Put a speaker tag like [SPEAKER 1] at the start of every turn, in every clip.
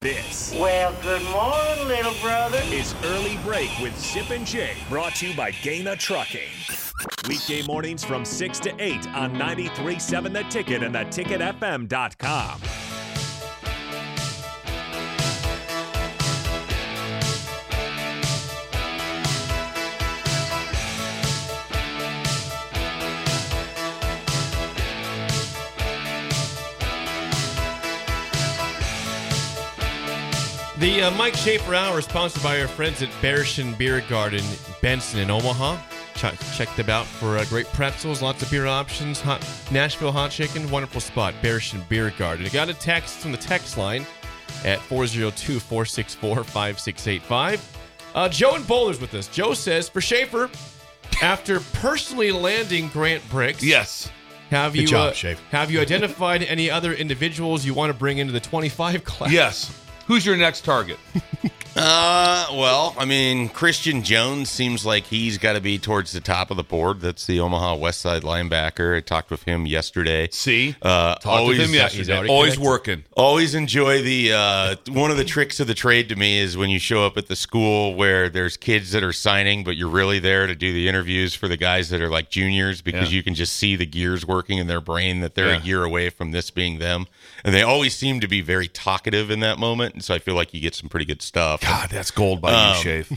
[SPEAKER 1] This
[SPEAKER 2] Well, good morning, little brother.
[SPEAKER 1] is Early Break with Zip and Jay, brought to you by Gaina Trucking. Weekday mornings from 6 to 8 on 93.7 The Ticket and theticketfm.com.
[SPEAKER 3] The uh, Mike Schaefer Hour is sponsored by our friends at Bearshin Beer Garden, Benson in Omaha. Ch- check them out for uh, great pretzels, lots of beer options, hot Nashville hot chicken, wonderful spot, Bearshin Beer Garden. You got a text from the text line at 402-464-5685. Uh, Joe and Bowler's with us. Joe says, for Schaefer, after personally landing Grant Bricks,
[SPEAKER 4] Yes.
[SPEAKER 3] have you
[SPEAKER 4] job,
[SPEAKER 3] uh,
[SPEAKER 4] Schaefer.
[SPEAKER 3] have you identified any other individuals you want to bring into the 25 class?
[SPEAKER 4] Yes. Who's your next target?
[SPEAKER 5] Uh, well, I mean, Christian Jones seems like he's got to be towards the top of the board. That's the Omaha West Side linebacker. I talked with him yesterday.
[SPEAKER 4] See?
[SPEAKER 5] Uh,
[SPEAKER 4] Talked
[SPEAKER 5] always-
[SPEAKER 4] with him
[SPEAKER 5] he's
[SPEAKER 4] yesterday.
[SPEAKER 5] already
[SPEAKER 4] Always
[SPEAKER 5] connected.
[SPEAKER 4] working.
[SPEAKER 5] Always enjoy the uh, one of the tricks of the trade to me is when you show up at the school where there's kids that are signing, but you're really there to do the interviews for the guys that are like juniors because
[SPEAKER 4] Yeah.
[SPEAKER 5] you can just see the gears working in their brain that they're
[SPEAKER 4] Yeah.
[SPEAKER 5] a year away from this being them, and they always seem to be very talkative in that moment, and so I feel like you get some pretty good stuff.
[SPEAKER 4] God, that's gold by
[SPEAKER 5] Um,
[SPEAKER 4] you, Shave.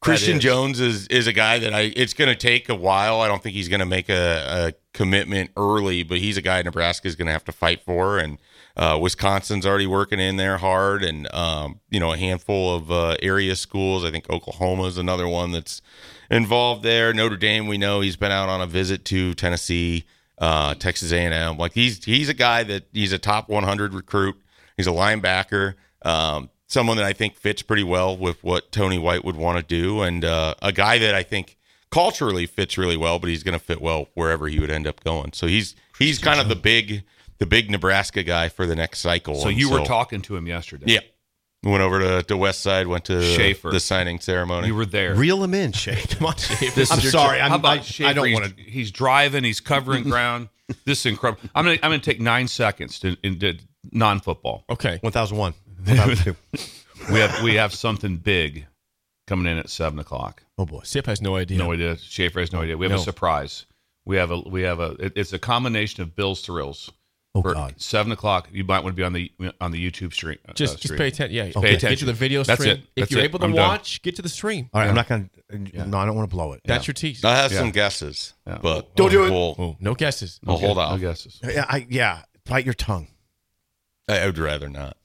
[SPEAKER 5] Christian
[SPEAKER 4] is.
[SPEAKER 5] Jones is is a guy that I. It's going to take a while. I don't think he's going to make a, a commitment early, but he's a guy Nebraska is going to have to fight for, and uh, Wisconsin's already working in there hard, and um, you know a handful of uh, area schools. I think Oklahoma's another one that's involved there. Notre Dame, we know he's been out on a visit to Tennessee, uh, Texas A and M. Like he's he's a guy that he's a top 100 recruit. He's a linebacker, um, someone that I think fits pretty well with what Tony White would want to do, and uh, a guy that I think culturally fits really well. But he's going to fit well wherever he would end up going. So he's he's kind of the big the big Nebraska guy for the next cycle.
[SPEAKER 4] So
[SPEAKER 5] And
[SPEAKER 4] you were talking to him yesterday.
[SPEAKER 5] yeah. Went over to, to West Side, went to
[SPEAKER 4] Schaefer.
[SPEAKER 5] the signing ceremony.
[SPEAKER 4] You were there.
[SPEAKER 6] Reel him in, Shay.
[SPEAKER 5] Come on, Schaefer.
[SPEAKER 4] This
[SPEAKER 6] I'm
[SPEAKER 4] is your
[SPEAKER 6] sorry,
[SPEAKER 4] How
[SPEAKER 6] I'm-
[SPEAKER 4] about
[SPEAKER 6] I- I
[SPEAKER 4] Schaefer?
[SPEAKER 6] don't
[SPEAKER 4] He's-
[SPEAKER 6] wanna-
[SPEAKER 4] He's driving. He's covering ground. This is incredible. I'm gonna. I'm gonna take nine seconds to, into non-football.
[SPEAKER 3] Okay.
[SPEAKER 6] 1001. 1002.
[SPEAKER 4] We have we have something big coming in at seven o'clock.
[SPEAKER 6] Oh, boy.
[SPEAKER 3] Sip has no idea.
[SPEAKER 4] No idea. Schaefer has no idea. We have a
[SPEAKER 3] No.
[SPEAKER 4] surprise. We have a we have a. it- it's a combination of Bill's thrills.
[SPEAKER 6] Oh,
[SPEAKER 4] For
[SPEAKER 6] God.
[SPEAKER 4] Seven o'clock. You might want to be on the on the YouTube stream. uh,
[SPEAKER 3] Just, just
[SPEAKER 4] stream.
[SPEAKER 3] pay attention. Yeah,
[SPEAKER 4] Pay
[SPEAKER 3] Get to
[SPEAKER 4] attention.
[SPEAKER 3] the video stream.
[SPEAKER 4] That's it.
[SPEAKER 3] If
[SPEAKER 4] That's
[SPEAKER 3] you're
[SPEAKER 4] it.
[SPEAKER 3] able to
[SPEAKER 4] I'm done.
[SPEAKER 3] watch, get to the stream.
[SPEAKER 6] All right, I'm not going to. No, I don't want to blow it.
[SPEAKER 3] That's your tease.
[SPEAKER 5] I have
[SPEAKER 4] Yeah.
[SPEAKER 5] some guesses,
[SPEAKER 4] Yeah.
[SPEAKER 5] but
[SPEAKER 6] Don't do it.
[SPEAKER 5] We'll,
[SPEAKER 3] Oh, no guesses.
[SPEAKER 5] we'll hold
[SPEAKER 4] No
[SPEAKER 5] off.
[SPEAKER 4] guesses.
[SPEAKER 6] Yeah, I, yeah, bite your tongue.
[SPEAKER 5] I, I would rather not.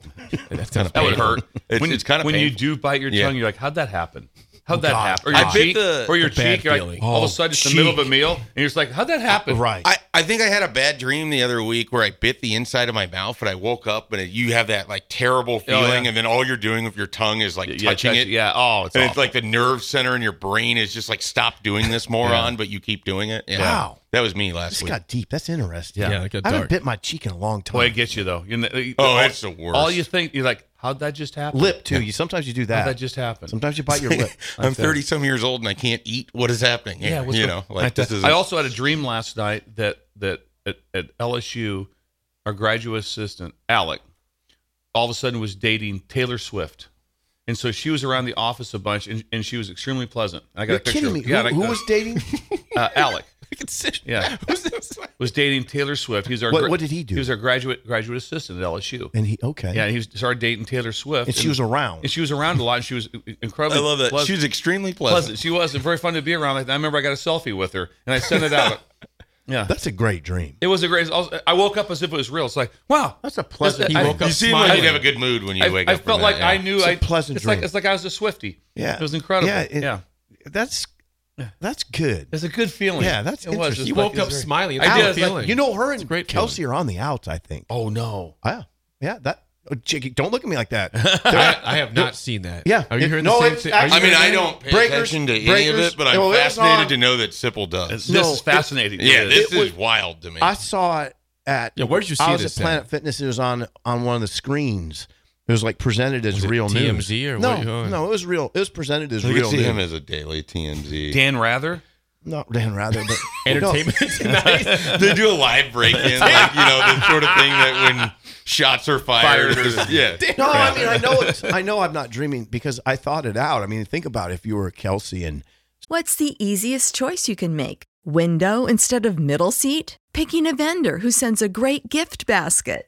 [SPEAKER 3] That, sounds
[SPEAKER 4] That would
[SPEAKER 3] painful.
[SPEAKER 4] hurt.
[SPEAKER 5] It's-
[SPEAKER 4] when
[SPEAKER 5] it's kinda
[SPEAKER 4] when you
[SPEAKER 5] painful.
[SPEAKER 4] do bite your
[SPEAKER 5] Yeah.
[SPEAKER 4] tongue, you're like, "How'd that happen? How'd that
[SPEAKER 6] Oh, God.
[SPEAKER 4] happen?" Or your
[SPEAKER 5] I bit
[SPEAKER 4] cheek,
[SPEAKER 5] the-
[SPEAKER 4] or your
[SPEAKER 3] the bad
[SPEAKER 4] cheek. You're like,
[SPEAKER 3] feeling.
[SPEAKER 4] all of
[SPEAKER 6] Oh,
[SPEAKER 4] a sudden, it's the middle of
[SPEAKER 6] cheek. Uh,
[SPEAKER 4] a meal, and you're just like, "How'd that happen?"
[SPEAKER 6] Right.
[SPEAKER 5] I, I think I had a bad dream the other week where I bit the inside of my mouth and I woke up and it, you have that like terrible
[SPEAKER 4] Oh, yeah.
[SPEAKER 5] feeling and then all you're doing with your tongue is like
[SPEAKER 4] Yeah,
[SPEAKER 5] touching
[SPEAKER 4] touch-
[SPEAKER 5] it.
[SPEAKER 4] Yeah. Oh, it's
[SPEAKER 5] And it's
[SPEAKER 4] awful.
[SPEAKER 5] like the nerve center in your brain is just like, stop doing this, moron, but you keep doing it. Yeah.
[SPEAKER 6] Wow.
[SPEAKER 5] That was me last
[SPEAKER 6] This
[SPEAKER 5] week.
[SPEAKER 6] got deep. That's interesting.
[SPEAKER 3] Yeah, that got
[SPEAKER 6] I
[SPEAKER 3] dark.
[SPEAKER 6] haven't bit my cheek in a long
[SPEAKER 4] Boy,
[SPEAKER 6] time.
[SPEAKER 4] it gets you though. You know, you-
[SPEAKER 5] Oh,
[SPEAKER 4] all-
[SPEAKER 5] it's the worst.
[SPEAKER 4] All you think you're like, how'd that just happen?
[SPEAKER 6] lip too. You sometimes you do
[SPEAKER 4] How'd
[SPEAKER 6] that.
[SPEAKER 4] that just happen?
[SPEAKER 6] sometimes you bite your lip. Um,
[SPEAKER 5] I'm 30 some years old and I can't eat. What is happening? Here?
[SPEAKER 4] Yeah, what's
[SPEAKER 5] you
[SPEAKER 4] go-
[SPEAKER 5] know, like this is.
[SPEAKER 4] I also had a dream last night that that at, at LSU, our graduate assistant Alec, all of a sudden was dating Taylor Swift, and so she was around the office a bunch, and, and she was extremely pleasant. And I got
[SPEAKER 6] You're
[SPEAKER 4] a picture.
[SPEAKER 6] kidding
[SPEAKER 4] of-
[SPEAKER 6] me.
[SPEAKER 4] Yeah,
[SPEAKER 6] who
[SPEAKER 4] and I-
[SPEAKER 6] who was dating?
[SPEAKER 4] uh, Alec?
[SPEAKER 5] I can sit.
[SPEAKER 4] Yeah.
[SPEAKER 5] Who's this?
[SPEAKER 4] was dating Taylor Swift. He's our
[SPEAKER 6] What- what did he do?
[SPEAKER 4] He was our graduate graduate assistant at LSU.
[SPEAKER 6] And he okay.
[SPEAKER 4] yeah, he was, started dating Taylor Swift,
[SPEAKER 6] And she was around.
[SPEAKER 4] and she was around a lot. And she was
[SPEAKER 5] I
[SPEAKER 4] incredibly.
[SPEAKER 5] love that.
[SPEAKER 4] pleasant.
[SPEAKER 5] She was extremely
[SPEAKER 4] pleasant.
[SPEAKER 5] pleasant.
[SPEAKER 4] She was and very fun to be around. Like that. I remember I got a selfie with her and I sent it out. Yeah,
[SPEAKER 6] That's a great dream.
[SPEAKER 4] it was a great. I woke up as if it was real. It's like wow,
[SPEAKER 3] That's a pleasant.
[SPEAKER 4] I-
[SPEAKER 5] You seem like you'd have a good mood when you
[SPEAKER 4] I,
[SPEAKER 5] wake
[SPEAKER 4] I
[SPEAKER 5] up. from
[SPEAKER 4] felt like
[SPEAKER 5] that, yeah.
[SPEAKER 4] I knew.
[SPEAKER 6] It's a
[SPEAKER 4] I
[SPEAKER 6] pleasant
[SPEAKER 4] It's
[SPEAKER 6] dream.
[SPEAKER 4] like it's like I was a Swifty.
[SPEAKER 6] Yeah.
[SPEAKER 4] it was incredible.
[SPEAKER 6] Yeah,
[SPEAKER 4] Yeah,
[SPEAKER 6] it- That's that's good.
[SPEAKER 4] it's a good feeling.
[SPEAKER 6] Yeah, that's
[SPEAKER 4] it was.
[SPEAKER 6] interesting.
[SPEAKER 4] It's
[SPEAKER 3] You
[SPEAKER 4] like-
[SPEAKER 3] woke
[SPEAKER 4] it
[SPEAKER 3] up
[SPEAKER 4] was very-
[SPEAKER 3] smiling.
[SPEAKER 4] I
[SPEAKER 3] That's
[SPEAKER 4] did.
[SPEAKER 3] a
[SPEAKER 4] It's
[SPEAKER 3] feeling.
[SPEAKER 4] like,
[SPEAKER 6] You know, her and
[SPEAKER 3] great
[SPEAKER 6] Kelsey are on the outs. I think.
[SPEAKER 3] Oh no,
[SPEAKER 6] Yeah, yeah. That oh, Jiggy, don't look at me like that.
[SPEAKER 3] I, I have not seen that.
[SPEAKER 6] Yeah.
[SPEAKER 3] Are you
[SPEAKER 6] It-
[SPEAKER 3] hearing
[SPEAKER 6] no,
[SPEAKER 3] the same
[SPEAKER 6] it's
[SPEAKER 3] thing? Are you
[SPEAKER 5] I mean,
[SPEAKER 3] hearing
[SPEAKER 5] I
[SPEAKER 3] that?
[SPEAKER 5] don't pay
[SPEAKER 6] Breakers-
[SPEAKER 5] attention to any of
[SPEAKER 6] breakers-
[SPEAKER 5] it, but I'm
[SPEAKER 6] well, it was on-
[SPEAKER 5] fascinated to know that Sipple does.
[SPEAKER 4] This
[SPEAKER 6] No,
[SPEAKER 4] is
[SPEAKER 6] it-
[SPEAKER 4] fascinating.
[SPEAKER 5] Yeah,
[SPEAKER 4] It
[SPEAKER 5] this
[SPEAKER 4] is.
[SPEAKER 5] is wild to me.
[SPEAKER 6] I saw it at.
[SPEAKER 3] Yeah, where'd you see
[SPEAKER 6] I was
[SPEAKER 3] this
[SPEAKER 6] at
[SPEAKER 3] at?
[SPEAKER 6] Planet Fitness. It was on on one of the screens. It was like presented as
[SPEAKER 3] Was it
[SPEAKER 6] real news.
[SPEAKER 3] TMZ or
[SPEAKER 6] no,
[SPEAKER 3] what- oh.
[SPEAKER 6] no, it was real. It was presented as
[SPEAKER 5] you
[SPEAKER 6] real
[SPEAKER 5] could see
[SPEAKER 6] news.
[SPEAKER 5] him as a daily TMZ.
[SPEAKER 4] Dan Rather.
[SPEAKER 6] Not Dan Rather, but
[SPEAKER 3] entertainment tonight.
[SPEAKER 5] they do a live break in, like, you know, the sort of thing that when shots are fired.
[SPEAKER 4] Fired
[SPEAKER 5] or, yeah.
[SPEAKER 6] No, I mean I know it's, I know I'm not dreaming because I thought it out. I mean, think about if you were Kelsey and
[SPEAKER 7] What's the easiest choice you can make? Window instead of middle seat? Picking a vendor who sends a great gift basket?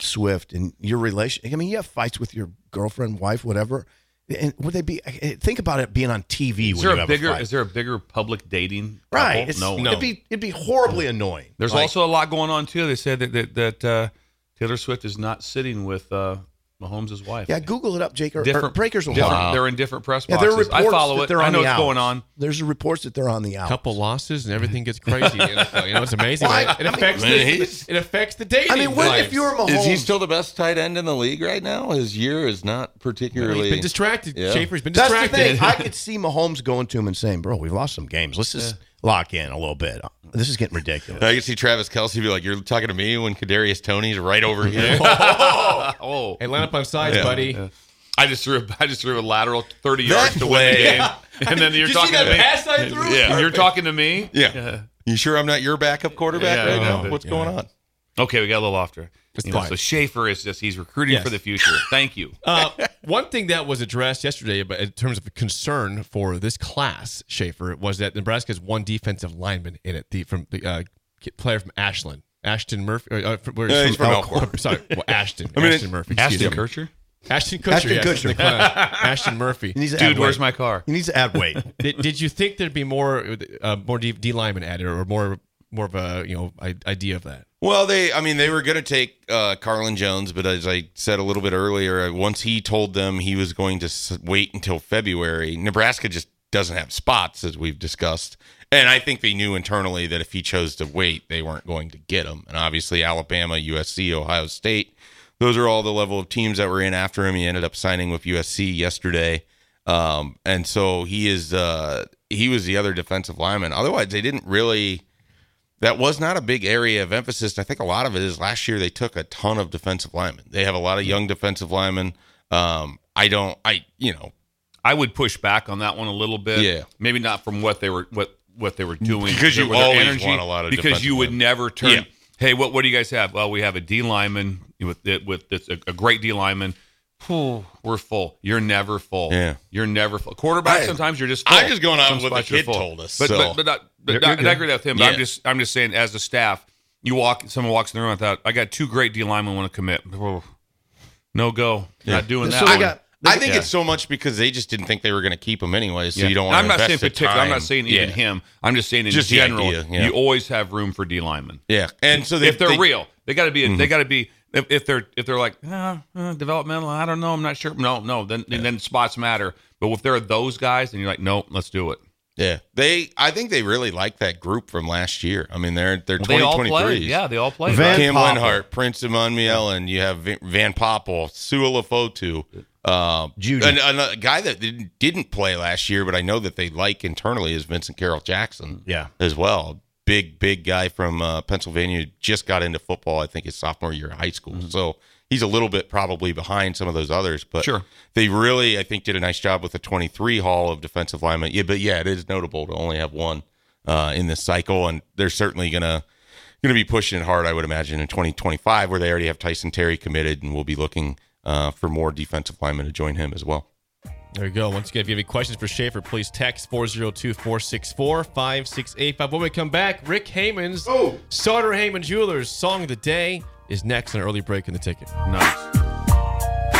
[SPEAKER 6] Swift and your relation. I mean, you have fights with your girlfriend, wife, whatever. And would they be? Think about it being on TV.
[SPEAKER 4] Is
[SPEAKER 6] when
[SPEAKER 4] there
[SPEAKER 6] you
[SPEAKER 4] a
[SPEAKER 6] have
[SPEAKER 4] bigger?
[SPEAKER 6] A fight.
[SPEAKER 4] Is there a bigger public dating?
[SPEAKER 6] right?
[SPEAKER 4] couple?
[SPEAKER 6] It's,
[SPEAKER 4] no,
[SPEAKER 6] It'd be it'd be horribly annoying.
[SPEAKER 4] There's
[SPEAKER 6] Like,
[SPEAKER 4] also a lot going on too. They said that that, that uh, Taylor Swift is not sitting with uh, Mahomes' wife.
[SPEAKER 6] yeah. Google it up, Jake. Or, or
[SPEAKER 4] different
[SPEAKER 6] breakers will
[SPEAKER 4] different-
[SPEAKER 6] harm.
[SPEAKER 4] They're in different press
[SPEAKER 6] Yeah, there are
[SPEAKER 4] boxes.
[SPEAKER 6] reports
[SPEAKER 4] I follow
[SPEAKER 6] that
[SPEAKER 4] it.
[SPEAKER 6] they're on
[SPEAKER 4] I know
[SPEAKER 6] the
[SPEAKER 4] what's
[SPEAKER 6] outs.
[SPEAKER 4] going on.
[SPEAKER 6] There's reports that they're on the out.
[SPEAKER 3] Couple losses and everything gets crazy. in the NFL. You know, it's amazing.
[SPEAKER 6] Why?
[SPEAKER 3] It affects
[SPEAKER 5] I mean,
[SPEAKER 3] the,
[SPEAKER 5] he's-
[SPEAKER 3] it affects the dating.
[SPEAKER 6] I mean, what
[SPEAKER 3] lives.
[SPEAKER 6] if you're Mahomes?
[SPEAKER 5] Is he still the best tight end in the league right now? His year is not
[SPEAKER 3] Well,
[SPEAKER 5] particularly.
[SPEAKER 3] He's been distracted.
[SPEAKER 5] Yeah.
[SPEAKER 3] Schaefer's been
[SPEAKER 6] That's
[SPEAKER 3] distracted.
[SPEAKER 6] the thing. I could see Mahomes going to him and saying, "Bro, we've lost some games. Let's just lock in a little bit. This is getting ridiculous."
[SPEAKER 5] I can see Travis Kelsey be like, "You're talking to me when Kadarius Tony's right over here."
[SPEAKER 4] Oh,
[SPEAKER 3] hey, line up on sides, buddy.
[SPEAKER 4] I just threw. I just threw a lateral thirty yards to win
[SPEAKER 5] play.
[SPEAKER 4] the game, and then you're
[SPEAKER 3] Did you
[SPEAKER 4] talking
[SPEAKER 3] see that
[SPEAKER 4] to me.
[SPEAKER 3] pass I threw?
[SPEAKER 4] And You're talking to me.
[SPEAKER 5] yeah. You sure I'm not your backup quarterback
[SPEAKER 4] Yeah,
[SPEAKER 5] right
[SPEAKER 4] I
[SPEAKER 5] now?
[SPEAKER 4] know.
[SPEAKER 5] What's going on?
[SPEAKER 4] Okay, we got a little off track. You know,
[SPEAKER 3] fine.
[SPEAKER 4] so Schaefer is just he's recruiting
[SPEAKER 3] Yes.
[SPEAKER 4] for the future. Thank you.
[SPEAKER 3] Uh, one thing that was addressed yesterday, but in terms of concern for this class, Schaefer, was that Nebraska has one defensive lineman in it, the from the uh, kid- player from Ashland, Ashton Murphy. or, Uh, from, where
[SPEAKER 5] Yeah, he's from Elkhorn.
[SPEAKER 3] Sorry, well, Ashton.
[SPEAKER 5] mean,
[SPEAKER 3] Ashton
[SPEAKER 5] it-
[SPEAKER 3] Murphy. excuse
[SPEAKER 4] Ashton
[SPEAKER 3] me.
[SPEAKER 4] Kircher,
[SPEAKER 3] Ashton Kutcher.
[SPEAKER 6] Ashton
[SPEAKER 3] yes,
[SPEAKER 6] Kutcher.
[SPEAKER 3] the clown. Ashton Murphy.
[SPEAKER 6] He needs to add
[SPEAKER 4] dude, where's
[SPEAKER 6] weight.
[SPEAKER 4] my car?
[SPEAKER 6] He needs to add weight.
[SPEAKER 3] did, did you think there'd be more uh, more D, D linemen added, or more more of a you know i- idea of that?
[SPEAKER 5] Well, they, I mean, they were going to take uh, Carlin Jones, but as I said a little bit earlier, once he told them he was going to s- wait until February, Nebraska just doesn't have spots, as we've discussed. And I think they knew internally that if he chose to wait, they weren't going to get him. And obviously, Alabama, USC, Ohio State, those are all the level of teams that were in after him. He ended up signing with USC yesterday. Um, and so he is, uh, he was the other defensive lineman. Otherwise, they didn't really that was not a big area of emphasis. I think a lot of it is last year they took a ton of defensive linemen. They have a lot of young defensive linemen. Um, I don't, I you know,
[SPEAKER 4] I would push back on that one a little bit.
[SPEAKER 5] Yeah.
[SPEAKER 4] maybe not from what they were what what they were doing
[SPEAKER 5] Because you
[SPEAKER 4] with their
[SPEAKER 5] always want a lot of
[SPEAKER 4] because you
[SPEAKER 5] defensive
[SPEAKER 4] would
[SPEAKER 5] linemen.
[SPEAKER 4] never turn.
[SPEAKER 5] Yeah.
[SPEAKER 4] Hey, what what do you guys have? Well, we have a D lineman with with it's a, a great D lineman. whew, we're full. You're never full.
[SPEAKER 5] Yeah.
[SPEAKER 4] You're never full. Quarterback,
[SPEAKER 5] I-
[SPEAKER 4] sometimes you're just full.
[SPEAKER 5] I'm just going on
[SPEAKER 4] Some
[SPEAKER 5] what the
[SPEAKER 4] spots you're
[SPEAKER 5] kid
[SPEAKER 4] full.
[SPEAKER 5] told us,
[SPEAKER 4] But,
[SPEAKER 5] so.
[SPEAKER 4] but, but not, but not,
[SPEAKER 5] You're- you're
[SPEAKER 4] not
[SPEAKER 5] good.
[SPEAKER 4] agree with him. But
[SPEAKER 5] Yeah.
[SPEAKER 4] I'm just I'm just saying as a staff, you walk someone walks in the room, I thought, I got two great D linemen want to commit. Whoa. No go. Not doing that.
[SPEAKER 6] we
[SPEAKER 4] one.
[SPEAKER 6] got-
[SPEAKER 5] I think
[SPEAKER 4] Yeah.
[SPEAKER 5] it's so much because they just didn't think they were going to keep him anyway, so
[SPEAKER 4] Yeah.
[SPEAKER 5] you don't
[SPEAKER 4] And
[SPEAKER 5] want.
[SPEAKER 4] I'm not
[SPEAKER 5] invest
[SPEAKER 4] saying
[SPEAKER 5] the
[SPEAKER 4] particular. I'm not
[SPEAKER 5] time.
[SPEAKER 4] saying even
[SPEAKER 5] Yeah.
[SPEAKER 4] him. I'm just saying in
[SPEAKER 5] Just the
[SPEAKER 4] general,
[SPEAKER 5] idea, yeah.
[SPEAKER 4] you always have room for D linemen.
[SPEAKER 5] Yeah, and so they,
[SPEAKER 4] if they're
[SPEAKER 5] they- Mm-hmm.
[SPEAKER 4] real, they got to be. They got to be. If, if they're if they're like uh, uh, developmental, I don't know. I'm not sure. No, no. Then then spots matter. But if there are those guys, then you're like, no, let's do it.
[SPEAKER 5] Yeah, they. I think they really like that group from last year. I mean, they're they're
[SPEAKER 4] They all
[SPEAKER 5] 2023s.
[SPEAKER 4] play. Yeah, they all play.
[SPEAKER 6] Van-
[SPEAKER 4] right?
[SPEAKER 5] Cam
[SPEAKER 6] Poppel.
[SPEAKER 5] Linhart, Prince Amunmiel, and you have Van- Van Poppel, Suolafotu, uh,
[SPEAKER 6] Judy.
[SPEAKER 5] and, and a guy that didn't- didn't play last year, but I know that they like internally is Vincent Carroll Jackson.
[SPEAKER 6] Yeah.
[SPEAKER 5] as well. Big big guy from uh, Pennsylvania who just got into football. I think his sophomore year of high school. So he's a little bit probably behind some of those others, but
[SPEAKER 4] Sure.
[SPEAKER 5] they really I think did a nice job with the 23 haul of defensive linemen. Yeah, but yeah, it is notable to only have one uh, in this cycle, and they're certainly gonna going to be pushing it hard, I would imagine, in 2025, where they already have Tyson Terry committed, and we'll be looking uh, for more defensive linemen to join him as well.
[SPEAKER 3] There you go. Once again, if you have any questions for Schaefer, please text 402 464 5685. When we come back, Rick Heyman's Sauter Heyman Jewelers Song of the Day is next on early break in the ticket.
[SPEAKER 4] Nice.